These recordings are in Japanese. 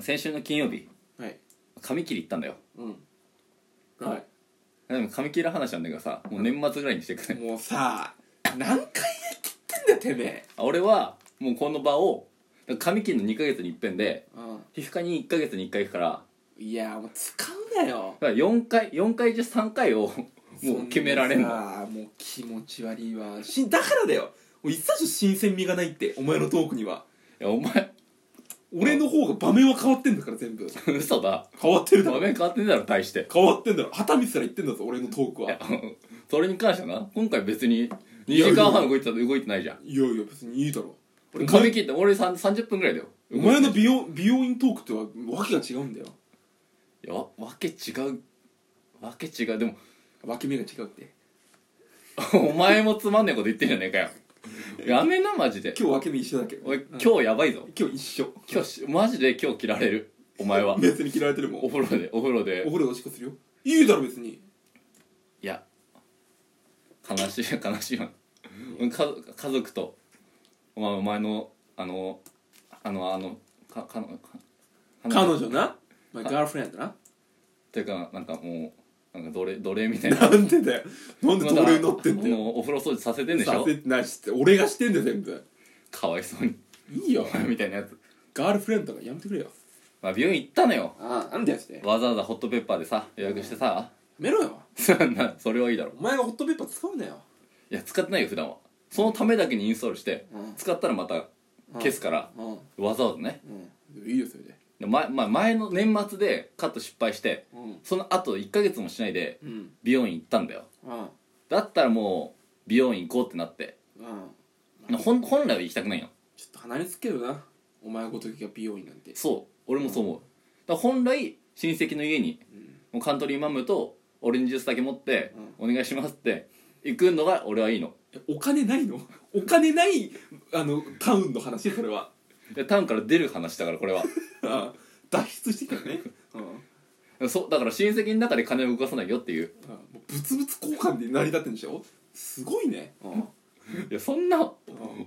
先週の金曜日はい髪切り行ったんだようんはでも髪切る話なんだけどさもう年末ぐらいにしてくいれもうさ何回やってんだよてめえあ俺はもうこの場を髪切るの2ヶ月に一遍でうん皮膚科に1ヶ月に1回行くからいやもう使うなよだから4回4回中3回をもう決められんそのなさもう気持ち悪いわしだからだよもう一切新鮮味がないってお前のトークにはいやお前俺の方が場面は変わってんだから全部嘘だ変わってるだ場ろ面変わってんだろ大して 変わってんだろ旗見せたら言ってんだぞ俺のトークはいやそれに関してはな今回別に2時間半動いてた動いてないじゃんいやいや別にいいだろ俺俺髪切って俺さん30分ぐらいだよお前の美容美容院トークとは訳が違うんだよいやわけ違うわけ違うでも分け目が違うってお前もつまんねえこと言ってんじゃねえかよやめなマジで今日分け目一緒だけど俺うん今日やばいぞ今日一緒今日しマジで今日切られるお前は 別に嫌われてるもんお風呂でお風呂おで風呂でおしっこするよいいだろ別にいや悲しい悲しいわうん家族家族とお前お前のあのあのあのかかのか彼女なまあガールフレンドなっていうかなんかもうなんか奴隷奴隷みたいななんでだよなんで奴隷になってんだよもうお風呂掃除させてんでしさょせてないしって俺がしてんだよ全部かわいそうに いいよみたいなやつ、ガールフレンドがやめてくれよまあ、病院行ったのよああなんだよしてやわざわざホットペッパーでさ予約してさ、めろよ そんなそれはいいだろお前がホットペッパー使うなよいや使ってないよ普段はそのためだけにインストールして、うん使ったらまた消すから、うんわざわざねうんいいよそれでで前,、まあ、前の年末でカット失敗してうんその後1ヶ月もしないでうん美容院行ったんだようんだったらもう美容院行こうってなってうんほん本来は行きたくないよちょっと離れつけどなお前ごときが美容院なんてそう俺もそう思う、だから本来親戚の家にうんもうカントリーマムとオレンジジュースだけ持って、お願いしますって行くのが俺はいいのえお金ないのお金ないあのタウンの話それはでタウンから出る話だからこれはうん 脱出してきたねうんうんそうだから親戚の中で金を動かさないよっていうもう物々交換で成り立ってんでしょすごいねうんいやそんな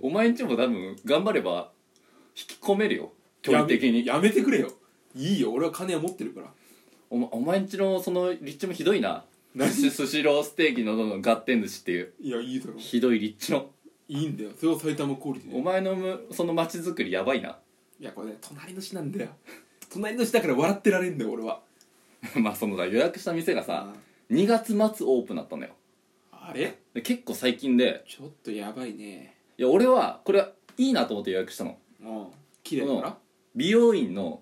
お前んちも多分頑張れば引き込めるよ距離的にやめやめてくれよいいよ俺は金は持ってるからおまお前んちのその立地もひどいな何ススシローステーキのどのガッテン寿司っていういやいいだろひどい立地のいいんだよそれは埼玉クオリティでお前のむその街づくりやばいな いやこれね隣の市なんだよ隣の市だから笑ってられんだよ俺はまあそのさ予約した店がさ2月末オープンだったんだよあれで結構最近でちょっとやばいねいや俺はこれはいいなと思って予約したのうん綺麗だから美容院の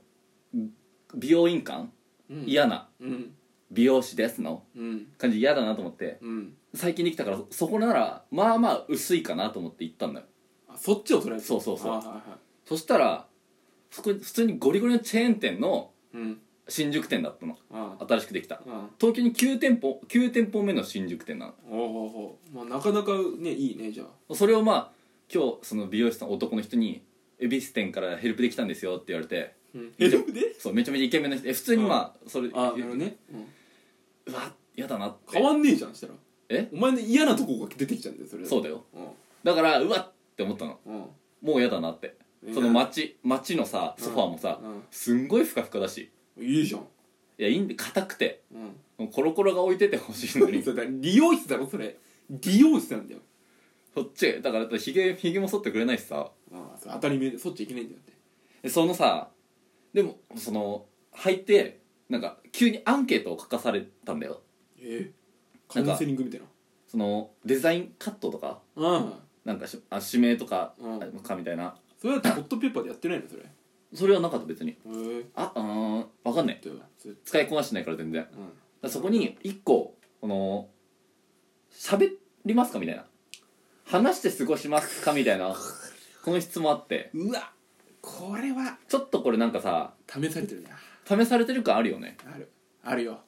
ん美容院館うん嫌なうん美容師ですのうん感じ嫌だなと思ってうん最近できたからそこならまあまあ薄いかなと思って行ったんだよあそっちを捉えてそうそうそうあはいはそしたらそこ普通にゴリゴリのチェーン店のいうん新宿店だったのあ新しくできたあ東京に9店舗9店舗目の新宿店なおうおうおうまあなかなかねいいねじゃあのそれをまあ今日その美容師さん男の人に「恵比寿店からヘルプできたんですよ」って言われてうんヘヘルルプでそうめちゃめちゃイケメンな人え普通にまあそれあなるほどねうんうわ嫌だなって変わんねえじゃんしたらえお前の嫌なとこが出てきちゃうんだよそれそうだだようんだからうわって思ったのうんもう嫌だなってその街街のさソファーもさうんすんごいふかふかだしいいじゃんいやいいんで硬くてうんもうコロコロが置いててほしいの にそれだ理容室だろそれ理容室なんだよそっちだからだってひげひげも剃ってくれないしさああそれ当たり前でそっち行けないんだよってでそのさでもその履いてなんか急にアンケートを書かされたんだよえカなんかウンセリングみたいなそのデザインカットとかうんなんかしあ指名とか,、うんかみたいなそれだってホットペッパーでやってないのそれへそれはなかった別にえあうーんわかんないだよそれ使いこなしてないから全然だかうんらそこに一個この喋りますかみたいな話して過ごしますかみたいなこの質問あってうわこれはちょっとこれなんかさ試されてるな試されてる感あるよねあるあるよ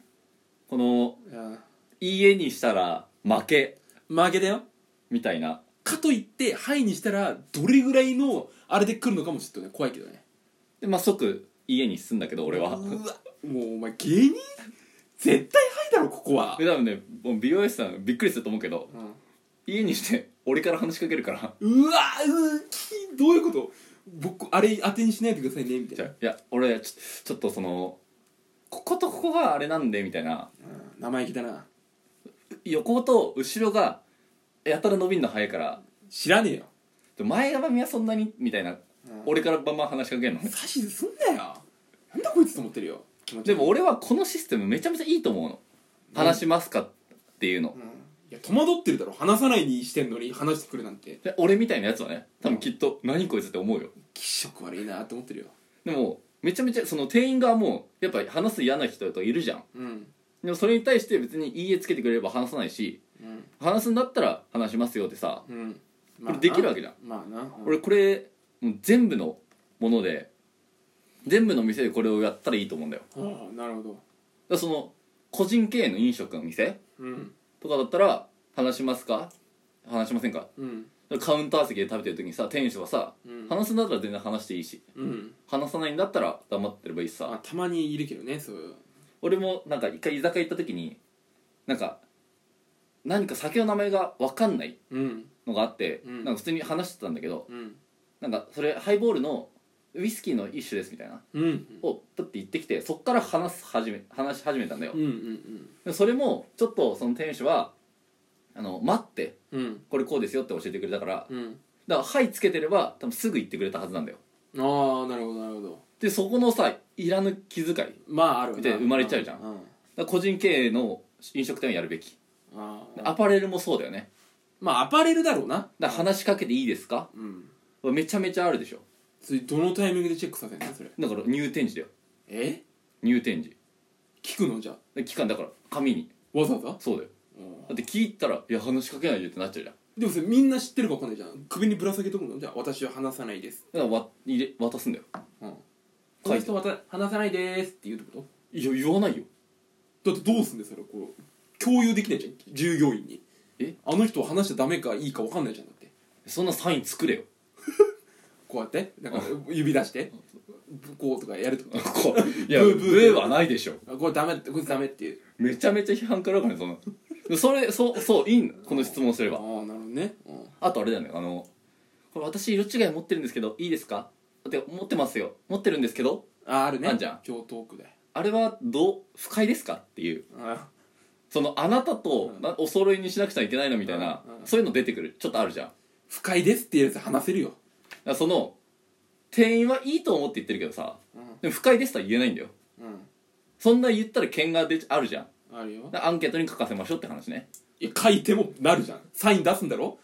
このうんいい絵にしたら負け負けだよみたいなかといって「はい」にしたらどれぐらいのあれで来るのかもちょっとね怖いけどねでまあ即家に住んだけど俺はうわもうお前芸人絶対「はい」だろここはで多分ねもう美容師さんびっくりすると思うけどうん家にして俺から話しかけるからうわうーきどういうこと僕あれ当てにしないでくださいねみたいじゃなあいや俺ちょちょっとそのこことここがあれなんでみたいなうん生意気だな横と後ろがやたら伸びるの早いから知らねえよで前髪はそんなにみたいな俺からバンバン話しかけんの指図すんなよなんだこいつと思ってるよ気持ち悪いでも俺はこのシステムめちゃめちゃいいと思うの話しますかっていうのうんいや戸惑ってるだろ話さないにしてんのに話してくるなんてで俺みたいなやつはね多分きっと何こいつって思うよ気色悪いなって思ってるよでもめちゃめちゃその店員側もやっぱ話す嫌な人といるじゃんうんでもそれに対して別に「いいえ」つけてくれれば話さないしうん話すんだったら話しますよってさうんこれできるわけじゃんまあな、うん俺これもう全部のもので全部の店でこれをやったらいいと思うんだよだかああなるほどらその個人経営の飲食の店うんとかだったら話しますか話しませんかうんカウンター席で食べてる時にさ店主はさ、うん話すんだったら全然話していいしうん話さないんだったら黙ってればいいしまあさたまにいるけどねそういう俺もなんか一回居酒屋行った時になんか何か酒の名前が分かんないうんのがあって、うんなんか普通に話してたんだけどうんなんかそれハイボールのウイスキーの一種ですみたいなうんうんをプッて言ってきてそっから話す始め話し始めたんだようんうんでそれもちょっとその店主はあの待ってうんこれこうですよって教えてくれたからうんだから「はい」つけてれば多分すぐ言ってくれたはずなんだよああなるほどなるほどでそこのさいらぬ気遣いだかまああるわなで生まれちゃうじゃんうんら個人経営の飲食店をやるべきあであアパレルもそうだよねまあアパレルだろうなだから話しかけていいですかうんめちゃめちゃあるでしょそれどのタイミングでチェックさせんのそれだから入店時だよえ入店時聞くのじゃあで期間だから紙にわざわざそうだよだって聞いたら「いや話しかけないで」ってなっちゃうじゃんでもそれみんな知ってるか分かんないじゃん首にぶら下げとくのじゃあ私は話さないですだからわ入れ渡すんだようん書こいのて人また話さないですって言うってこいや言わないよとだってどうすんでそれこう共有できないじゃん従業員にえあの人は話しちゃダメかいいか分かんないじゃんだってそんなサイン作れよ こうやってなんか指出してこうとかやるとかこういやブブーーブーはないでしょあこれダメってこいつダメっていうめちゃめちゃ批判からかねそのそれそうそういいんこの質問すれああばなるほどねうんあとあれだよねあのこれ私色違い持ってるんですけどいいですかって持ってますよ持ってるんですけどああるねあんじゃん京都区であれはどう不快ですかっていうあそのあなたとうんなお揃いにしなくちゃいけないのみたいなうんうんそういうの出てくるちょっとあるじゃんだか不快ですっていうやつ話せるよらその店員はいいと思って言ってるけどさうでも不快ですとは言えないんだよんうんそんな言ったら剣が出ちあるじゃんあるよだからアンケートに書かせましょうって話ねいや書いてもなるじゃんサイン出すんだろ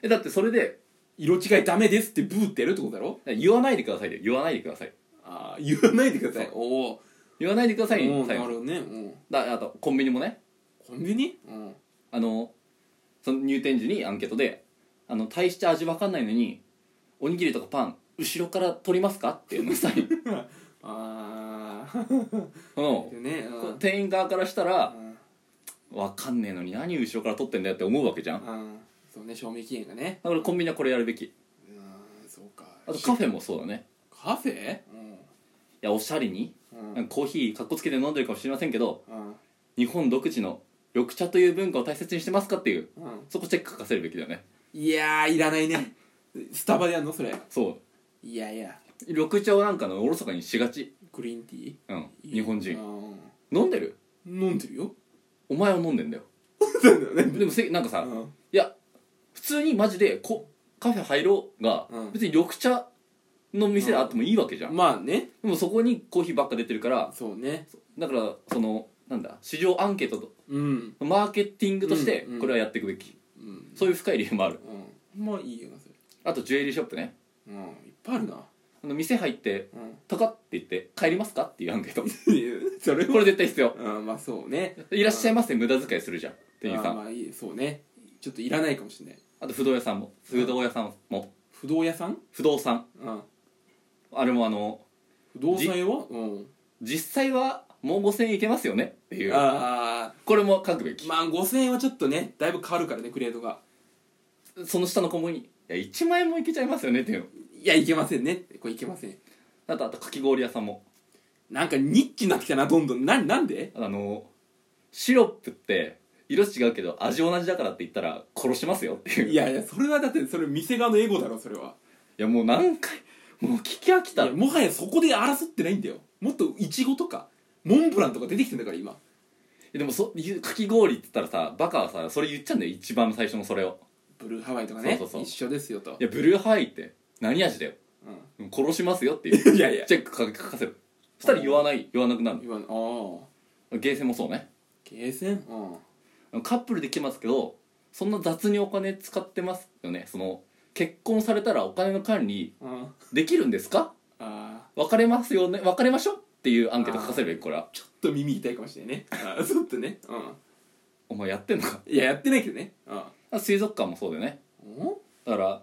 えだってそれで色違いダメですってブーってやるってことだろ言わないでくださいで言わないでくださいああ言わないでくださいおお言わないでくださいうん最なる後ほどねうんだあとコンビニもねコンビニうんあのその入店時にアンケートで「あの大して味わかんないのにおにぎりとかパン後ろから取りますか?」っていうのサインああうんねうんこう店員側からしたらう「んわかんねえのに何後ろから取ってんだよ」って思うわけじゃんうんそうね賞味期限がねだからコンビニはこれやるべきうんそうかあとカフェもそうだねカフェうんいやおしゃれにうんなんかコーヒーかっこつけて飲んでるかもしれませんけどうん日本独自の緑茶という文化を大切にしてますかっていううんそこチェック書かせるべきだよねいやーいらないねスタバでやんのそれそういやいや緑茶をなんかのおろそかにしがちグリーンティうんー日本人人飲んでる飲んでるよお前は飲んでんだよ でもせなんかさ、い うんや普通にマジでこカフェ入ろうが、うん別に緑茶の店であってもいいわけじゃん、まあねでもそこにコーヒーばっか出てるからそうねだからそのなんだ市場アンケートとうんマーケティングとしてうんうんこれはやっていくべき、うんそういう深い理由もあるうんまあいいよなそれあとジュエリーショップねうんいっぱいあるなあの店入ってうん「とか」って言って「帰りますか?」っていうアンケー トこいやそれはれ絶対必要うんまあそうね「いらっしゃいまませ」無駄遣いするじゃん店員さんまあいいそうねちょっといらないかもしれないあと不動屋さんも不動屋さんも不動屋さん不動産うんあれもあの不動産屋はうん実際はもう5000円いけますよねっていうああこれも書くべき、まあ5000円はちょっとねだいぶ変わるからねグレードがその下の子もにいや1万円もいけちゃいますよねっていういやいけませんねこれいけませんあとあとかき氷屋さんもなんかニッチになってきたなどんどんななんであのシロップって色違うけど味同じだからって言ったら殺しますよっていういいややいやそれはだってそれ店側のエゴだろそれはもう何回もう聞き飽きたいやもはやそこで争ってないんだよもっとイチゴとかモンブランとか出てきてんだから今えでもそゆかき氷って言ったらさバカはさそれ言っちゃうんだよ一番最初のそれをブルーハワイとかそねうそうそう一緒ですよといやブルーハイって何味だよう殺しますよっていん、ういやいやチェックか書かせるそしたら言わない言わなくなる今のああゲーセンもそうねゲーセンうんカップルで来ますけどそんな雑にお金使ってますよねその結婚されたらお金の管理あできるんですかあ別れますよね別れましょうっていうアンケート書かせればいいこれはちょっと耳痛いかもしれないねあーちょっとねうお前やってんのかんいややってないけどねうんあ水族館もそうだよねおだから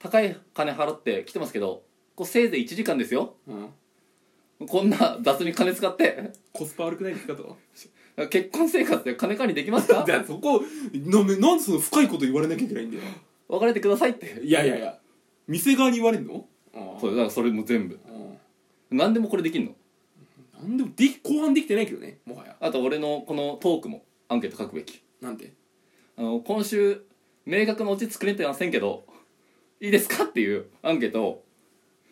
高い金払って来てますけどこうせいぜい1時間ですようんこんな雑に金使ってコスパ悪くないですかと結婚生活で金管理できますか じゃあそこななんでその深いこと言われなきゃいけないんだよ別れてくださいっていやいやいや店側に言われんのうんそうだからそれも全部うん何でもこれできんのなんでもでき後半できてないけどねもはやあと俺のこのトークもアンケート書くべきなんてあの今週明確なオチ作れてませんけどいいですかっていうアンケートを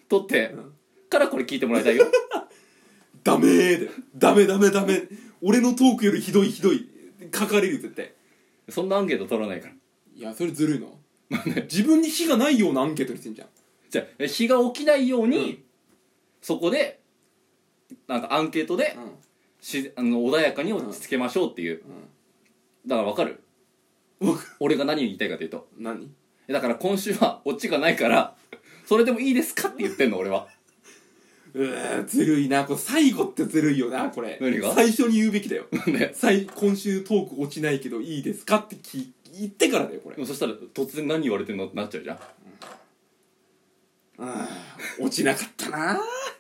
取ってうんからこれ聞いてもらいたいよ ダメーだよダメダメダメ俺のトークよりひどいひどい書かれる絶対そんなアンケート取らないからいやそれずるいな自分に非がないようなアンケートにしてんじゃんじゃあ日が起きないように、うんそこでなんかアンケートでうんしあの穏やかに落ち着けましょうっていう、だからわかるわか俺が何を言いたいかというと何えだから今週はオチがないからそれでもいいですかって言ってんの俺は うーずるいなこれ最後ってずるいよなこれ何が最初に言うべきだよね最今週トーク落ちないけどいいですかって聞言ってからだよこれでもそしたら突然何言われてんのってなっちゃうじゃんあー落ちなかったなー